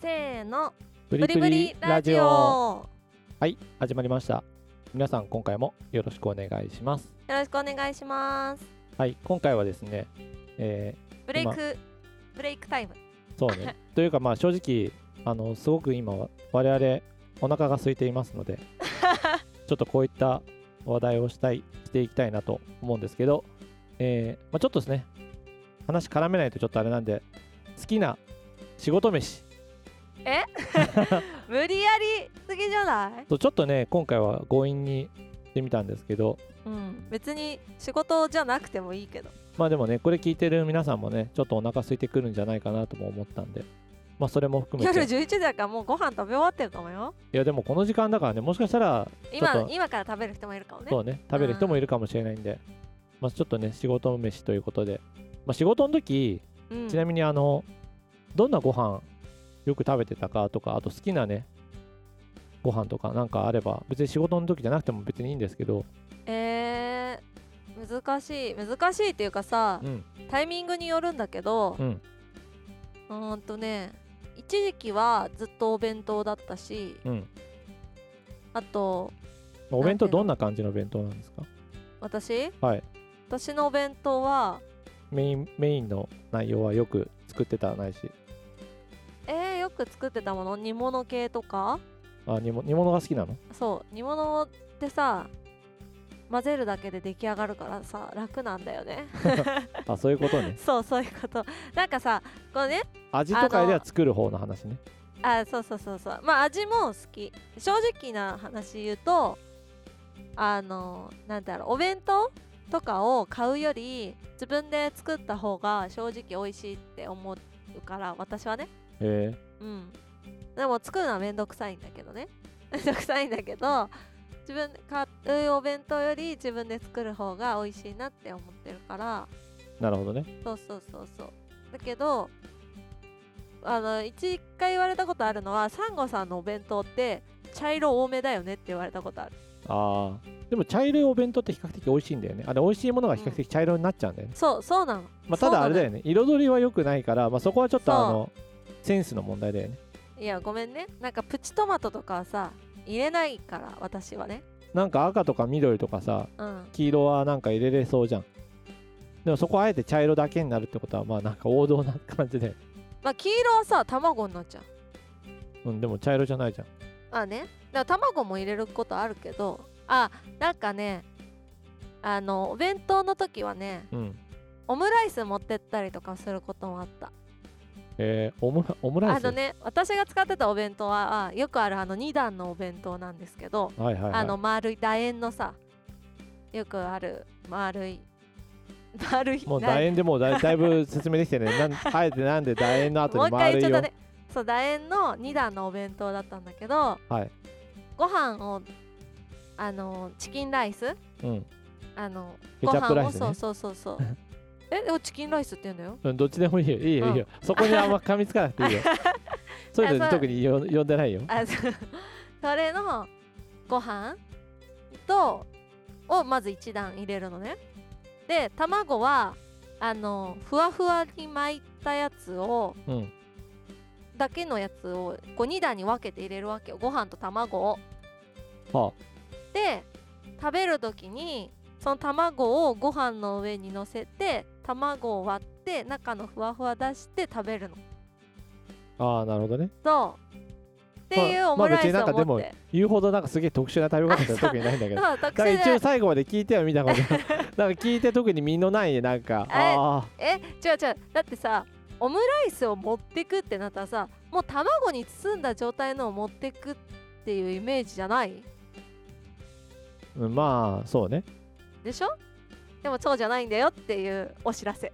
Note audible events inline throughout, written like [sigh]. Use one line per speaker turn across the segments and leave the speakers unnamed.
せーの
ブ
ブリブリラジオ
はい始まりました皆さん今回もよろしくお願いします
よろしくお願いします
はい今回はですね、え
ブレイクブレイクタイム
ーそ
[laughs]
うねというかまあ正直あのすごく今は我々お腹が空いています
[laughs]
のでちょっとこういった話題をしたいしていきたいなと思うんですけど、えーまあ、ちょっとですね話絡めないとちょっとあれなんで好きな仕事飯
[laughs] 無理やりすぎじゃない
とちょっとね今回は強引にしてみたんですけど
うん別に仕事じゃなくてもいいけど
まあでもねこれ聞いてる皆さんもねちょっとお腹空いてくるんじゃないかなとも思ったんでまあそれも含め
夜
てい
11時だからもうご飯食べ終わってるかもよ
やでもこの時間だからねもしかしたらちょ
今
っと
今から食べる人もいるかもね
そうね食べる人もいるかもしれないんでまあちょっとね仕事飯ということでまあ仕事の時
うん
ちなみにあのどんなご飯よく食べてたかとかあと好きなねご飯とかなんかあれば別に仕事の時じゃなくても別にいいんですけど
えー、難しい難しいっていうかさ
うん
タイミングによるんだけど
うん
うーんとね一時期はずっとお弁当だったし
うん
あと
お弁
なんて
当
いうの
どんな感じの弁当なんですか
私
はい
私のお弁当は
メインメインの内容はよく作ってたないし
えー、よく作ってたもの煮物系とか
あ煮物煮物が好きなの
そう煮物ってさ混ぜるだけで出来上がるからさ楽なんだよね [laughs]
あそういうことね
そうそういうことなんかさこうね
味とかでは作る方の話ね
あそうそうそうそうまあ味も好き正直な話言うとあのなんだろうお弁当とかを買うより自分で作った方が正直美味しいって思うから私はね
へ
うんでも作るのはめんどくさいんだけどね [laughs] めんどくさいんだけど自分で買うお弁当より自分で作る方が美味しいなって思ってるから
えなるほどね
そうそうそうそうだけどあの一回言われたことあるのはサンゴさんのお弁当って茶色多めだよねって言われたことある
あーでも茶色いお弁当って比較的美味しいんだよねあれ美味しいものが比較的茶色になっちゃうんだよね、
そうそうなの、
まあ、ただあれだよ
ね
ね彩りは良くないから、まあ、そこはちょっ
そ
と
う
あのセンスの問題だよね
いやごめんねなんかプチトマトとかはさ入れないから私はね
なんか赤とか緑とかさ
うん
黄色はなんか入れれそうじゃんでもそこあえて茶色だけになるってことはまあなんか王道な感じで、
まあ黄色はさ卵になっちゃう
うん、でも茶色じゃないじゃん
あねだから卵も入れることあるけどあなんかねあのお弁当の時はね
うん
オムライス持ってったりとかすることもあった
えー、オムラオムライ
あ
ス
のね私が使ってたお弁当はあよくあるあの2段のお弁当なんですけど、
はいはい、はい、
あの丸い楕円のさよくある丸い丸い
もう
楕
楕
円
円でもうだいだいぶ説明
[laughs]
できてねなんあえてなんで楕円の後
もう
に
一回
丸
言っ
い
ちゃった
よ
ねそう楕円の2段のお弁当だったんだけど、
はい
ご飯をあのチキンライス
うん
あの
ケチャップライス
ご飯
ね
をそうそうそ
[laughs]
うそうえでもチキンライスって言うんだよ
うんどっちでもいいよいいよいいよ、そこにあんま噛みつかなくていい
[laughs]
よそういうの
あそう
特によ呼んでないよ
あそうそれのご飯とをまず1段入れるのねで卵はあのふわふわに巻いたやつを
うん
だけのやつをこう2段に分けて入れるわけよご飯と卵を
は
で食べる時にその卵をご飯の上に乗せて卵を割って中のふわふわ出して食べるの
あああなるほどね
そうっていうオムライス
まあまあ別になんか
を
で
持っ
も
て、
言うほどなんかすげえ特殊な食べ方って特にないんだけど
[laughs]
だ
そう特
か
殊
ら
で
一応最後まで聞いてはみ
[laughs]
たことなんか聞いて特に身のないなんかあ
え違う違うだってさオムライスを持ってくってなったらさもう卵に包んだ状態のを持ってくっていうイメージじゃない
あまあそうね、
でしょでもそうじゃないんだよっていうお知らせ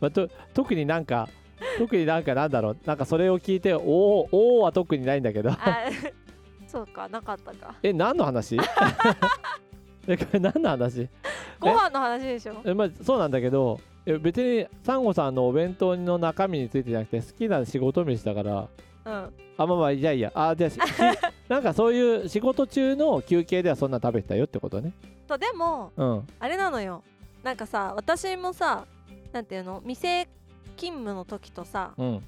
まあ、と特になんか特になんかなんだろうなんかそれを聞いておーおーは特にないんだけど
あ [laughs] そうかなかったか
え何の話 [laughs] えこれ何の話
ご飯の話でしょ
え、まあ、そうなんだけどえ別にサンゴさんのお弁当の中身についてじゃなくて好きな仕事飯だから
うん
あまあまあいやいやあじゃ
[laughs]
あしなんかそういう仕事中の休憩ではそんな食べてたよってことね
そうでも
うん
あれなのよなんかさ私もさなんていうの店勤務の時とさ
うん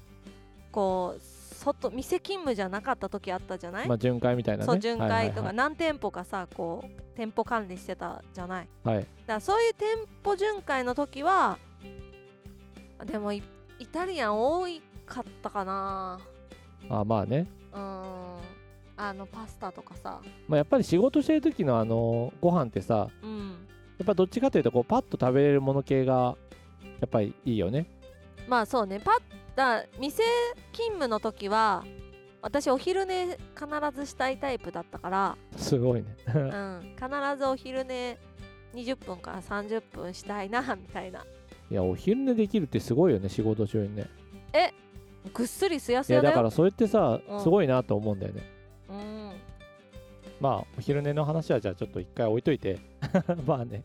こう外店勤務じゃなかった時あったじゃない、
まあ、巡回みたいなね
そう巡回と
は
か
い
何店舗かさこう店舗管理してたじゃない
はいはい、
だからそういう店舗巡回の時はでもイイタリアン多かったかな
はいあまあね、
うーんあのパスタとかさ
まあ、やっぱり仕事してる時のあのご飯ってさ
うん
やっぱどっちかというとこうパッと食べれるもの系がやっぱりいいよね
まあそうねパッだ店勤務の時は私お昼寝必ずしたいタイプだったから、
すごいね
うん、必ずお昼寝20分から30分したいなみたいない
やお昼寝できるってすごいよね仕事中にね
ぐっすりすやす
いや
やだ
だ
よ
からそれってさ
うん
すごいなと思うんだよね、
うん
まあお昼寝の話はじゃあちょっと一回置いといて [laughs] まあね、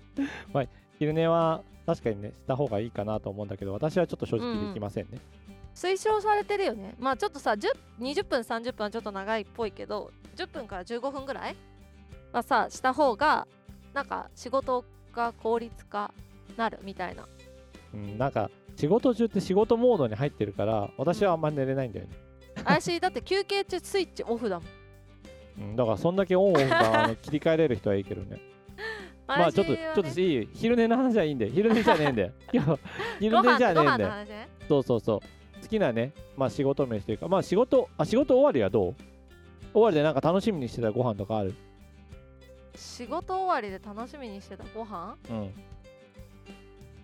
まあ、昼寝は確かにねした方がいいかなと思うんだけど私はちょっと正直できませんね、
推奨されてるよねまあちょっとさ10 20分30分はちょっと長いっぽいけど10分から15分ぐらいはさした方がなんか仕事が効率化なるみたいな
うんなんか仕事中って仕事モードに入ってるから私はあんまり寝れないんだよね、
私だって休憩中スイッチオフだもん
うん、だからそんだけオンオフがあの切り替えれる人はいいけどねまあちょっと、
私は
ちょ
ね
っといい昼寝の話はいいんで昼寝じゃねえんだよいや昼
ご
寝
飯
じゃね
ご
えん
飯
だ
の
よ
話ね
そうそうそう好きなねまあ仕事飯というかまあ仕事あ仕事終わりはどう終わりでなんか楽しみにしてたご飯とかある
仕事終わりで楽しみにしてたご飯
うん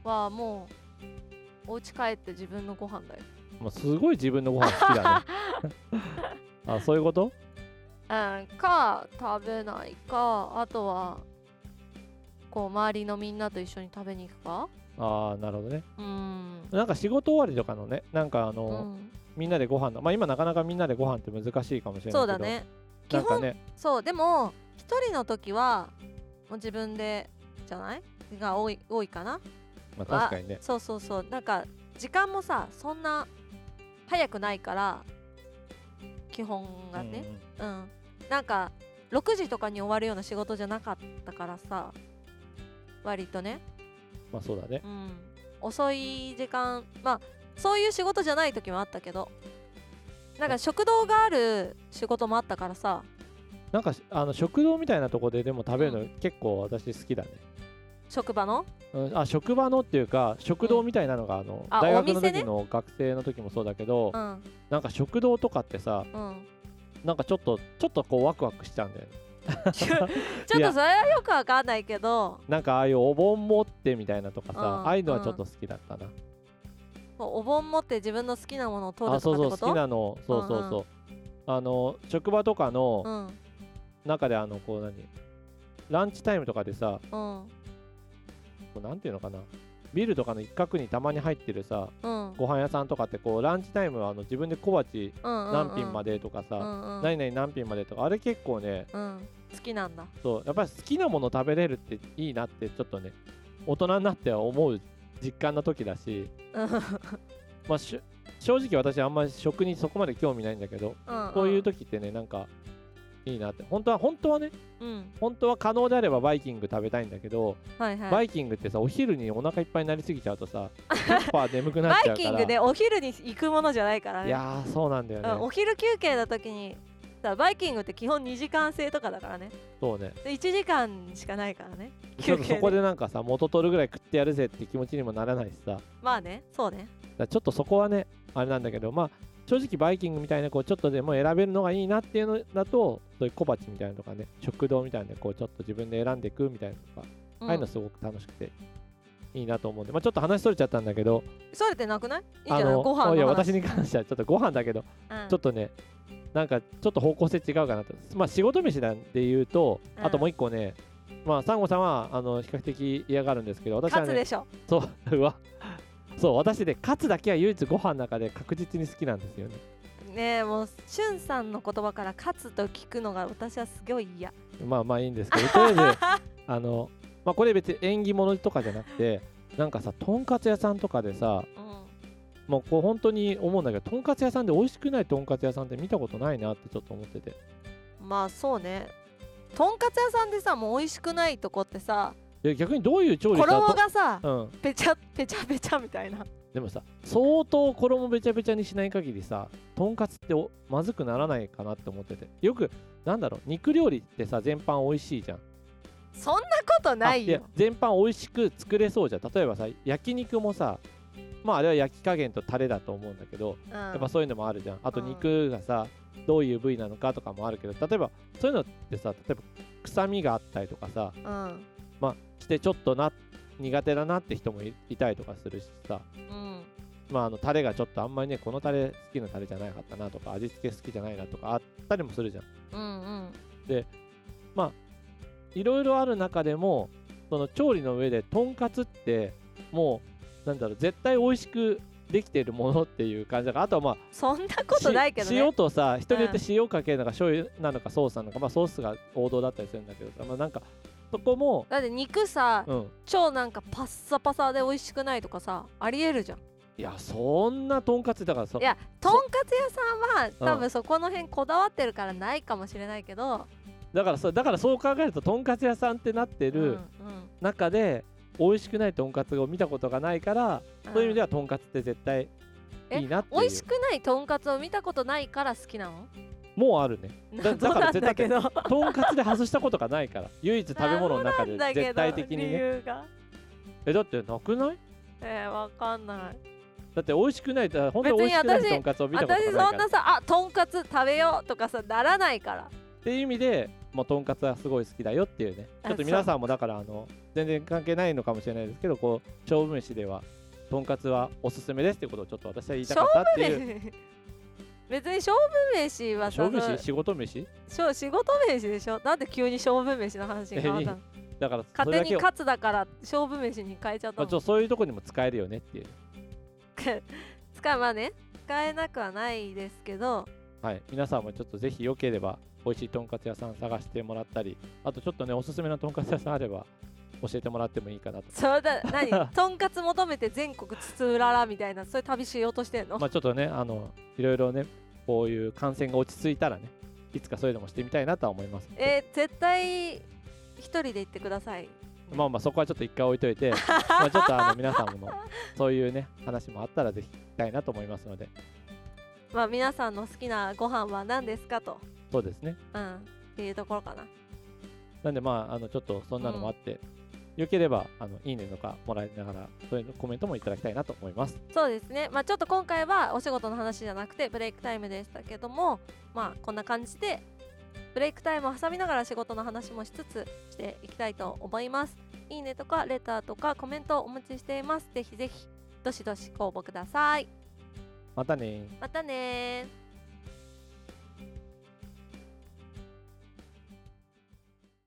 はもうお家帰って自分のご飯だよ
まあ、すごい自分のご飯好き
[laughs]
だねあそういうこと
うん、か食べないかあとはこう周りのみんなと一緒に食べに行くか
ああなるほどね
うん、
なんか仕事終わりとかのねなんかあ
う
の、
ん、
みんなでご飯のまあ今なかなかみんなでご飯って難しいかもしれないけど
そうだね基
なん
本
かね
そうでも一人の時はもう自分でじゃないが多い多いかな
まあ、確かにね
そうそうそうなんか時間もさそんな早くないから基本がね
うんうん
うん、なんか6時とかに終わるような仕事じゃなかったからさ割とね
まあそうだね
うん、遅い時間まあそういう仕事じゃない時もあったけどなんか食堂がある仕事もあったからさ
なんかしあの食堂みたいなとこででも食べる
う
の結構私好きだね、
職場の
うん、あ職場のっていうか食堂みたいなのがあの、
あ
大
お
学の
店ね
時の学生の時もそうだけど、
うん
なんか食堂とかってさ
うん
[laughs] なんかちょっとちょっとこうワクワクしちゃうんだよね
ちょっとそれはよくわかんないけど
なんかああいうお盆持ってみたいなとかさ、
うん
ああいうのはちょっと好きだったな、
もうお盆持って自分の好きなものを取る
あ
と
そう
か
そ
ってこと
う好きなのそうそうそう、あの職場とかの
うん
中であのこう何ランチタイムとかでさ
うん
こうなんていうのかなビルとかの一角にたまに入ってるさ
うん
ご飯屋さんとかってこうランチタイムはあの自分で小鉢何
何
品ま
で
でとかさ、
うんうん
何々何品までとかあれ結構ね
うん好きなんだ
そうやっぱり好きなもの食べれるっていいなってちょっとね大人になっては思う実感の時だし
うん
まあ、しゅ正直私あんまり食にそこまで興味ないんだけど、こういう時ってねなんかいいなって本当は本当はね
うん
本当は可能であればバイキング食べたいんだけど、
はいはい
バイキングってさお昼にお腹いっぱいになりすぎちゃうとさやっぱ眠くなっ
バ
ちゃ
イ
うか
キ
ら
ングでお昼に行くものじゃないからね
いやーそうなんだよね、
うん、お昼休憩の時にさバイキングって基本2時間制とかだからね
そうね
で1時間しかないからね
ちょ
休
っと
憩
そこでなんかさ元取るぐらい食ってやるぜって気持ちにもならないしさだか
まあねそうね
らちょっとそこはねあれなんだけどまあ正直バイキングみたいなこうちょっとでも選べるのがいいなっていうのだとそういう小鉢みたいなのとかね食堂みたいなのでこうちょっと自分で選んでいくみたいなのとか
うん
ああいうのすごく楽しくていいなと思うんで、まあ、ちょっと話それちゃったんだけど、
それってなくないいいんじゃ
あ
ないご飯の話
いや私に関してはちょっとご飯だけど、
うん
ちょっとね、なんかちょっと方向性違うかなと、まあ、仕事飯なんで言うと、
うん
あともう一個ね、まあ、サンゴさんはあの比較的嫌がるんですけど、私は
カツ
ね、
でしょ
そう [laughs] うわそう私ね、カツだけは唯一ご飯の中で確実に好きなんですよね。
ねえもうしゅんさんの言葉からカツと聞くのが私はすごい嫌
まあまあいいんですけど、とりあえず、
[laughs]
あのまあ、これ別に縁起物とかじゃなくて、なんかさ、とんかつ屋さんとかでさ、
うん
もうこう本当に思うんだけどとんかつ屋さんで美味しくないとんかつ屋さんって見たことないなってちょっと思ってて
まあそうねとんかつ屋さんでさもう美味しくないとこってさ
で逆にどういう調理した
衣
ら
がさ
とうん
ぺちゃぺちゃぺちゃみたいな
でもさ相当衣べちゃべちゃにしない限りさとんかつっておまずくならないかなって思っててよくなんだろう肉料理ってさ全般美味しいじゃん
そんなこと
あ
ないよ
や全般美味しく作れそうじゃん例えばさ焼肉もさまああれは焼き加減とタレだと思うんだけどや
や
っぱそういうのもあるじゃんあと
うん
肉がさどういう部位なのかとかもあるけど例えばそういうのってさ例えば臭みがあったりとかさ
うん
してちょっとな苦手だなって人もいいたりとかするしさ
うん
まあ、あのタレがちょっとあんまりねこのタレ好きなタレじゃなかったなとか味付け好きじゃないなとかあったりもするじゃん
うんうん
いろいろある中でもその調理の上でとんかつってもうなんだろう絶対美味しくできてるものっていう感じだからあとはまあ
そんなことないけど
し
ね
塩とさ人によって塩かけるのか醤油なのかソースなのか、まあソースが王道だったりするんだけどさまあなんかそこも
だって肉さ
うん
超なんかパッサパサで美味しくないとかさありえるじゃん
いやそんなとんかつだからさ
いやとんかつ屋さんは
うん
多分そこの辺こだわってるからないかもしれないけど、
だからそうだからそう考えるととんかつ屋さんってなって
うん
る、中で美味しくないとんかつを見たことがないから、そういう意味で
は
はとんかつって絶対いいなっていう
美味しくないとんかつを見たことないから好きなの
もうあるねだ
謎
だから
なん
絶
だけ
対
ど
とんかつで外したことがないから唯一食べ物の中で
[laughs] だけ
絶
ど
対的に
理
ね
由が
えだってなくない
えー、わかんない
だって美味しくないだから本当に美味しく
別
ない
に私
とんかつを見たことが
私
な
そ
い
ん
から
なさあとんかつ食べようとかさならないから
っていう意味でもうとんかつはすごい好きだよっていうね
あ
ちょっと皆さんもだからあの全然関係ないのかもしれないですけどこう勝負飯ではとんかつはおすすめですっていうことをちょっと私は言いたかったっていう
[laughs] 別に勝負飯はさ
勝負
その
飯仕事飯
しょ仕事飯でしょなんで急に勝負飯の話に変わったの
だからそ
勝手
れだ
に
けを、
勝つだから勝負飯に変えちゃった
まあ、
も
ちょ
ん
っとそういうとこにも使えるよねっていう
[laughs] 使えまあね使えなくはないですけど
はい、皆さんもちょっとぜひよければ美味しいとんかつ屋さん探してもらったりあとちょっとねおすすめのとんかつ屋さんあれば教えてもらってもいいかなと
そう [laughs] だ何とんかつ求めて全国津々浦々みたいなそういう旅しようとしてんの、
まあちょっとねあのいろいろねこういう感染が落ち着いたらねいつかそういうのもしてみたいなとは思いますので
えー絶対一人で行ってください
まあまあそこはちょっと一回置いとい [laughs] てまあちょっとあの皆さんものそういうね話もあったらぜひ聞きたいなと思いますので
まあ皆さんの好きなご飯は何ですかと
そうですね
うんっていうところかな
なんでまああのちょっとそんなのもあって、よければあのいいねとかもらいながらそういうのコメントもいただきたいなと思います
そうですねまあちょっと今回はお仕事の話じゃなくてブレイクタイムでしたけどもまあこんな感じでブレイクタイムを挟みながら仕事の話もしつつしていきたいと思いますいいねとかレターとかコメントをお待ちしていますぜひぜひどしどしご応募ください
またねー
またねー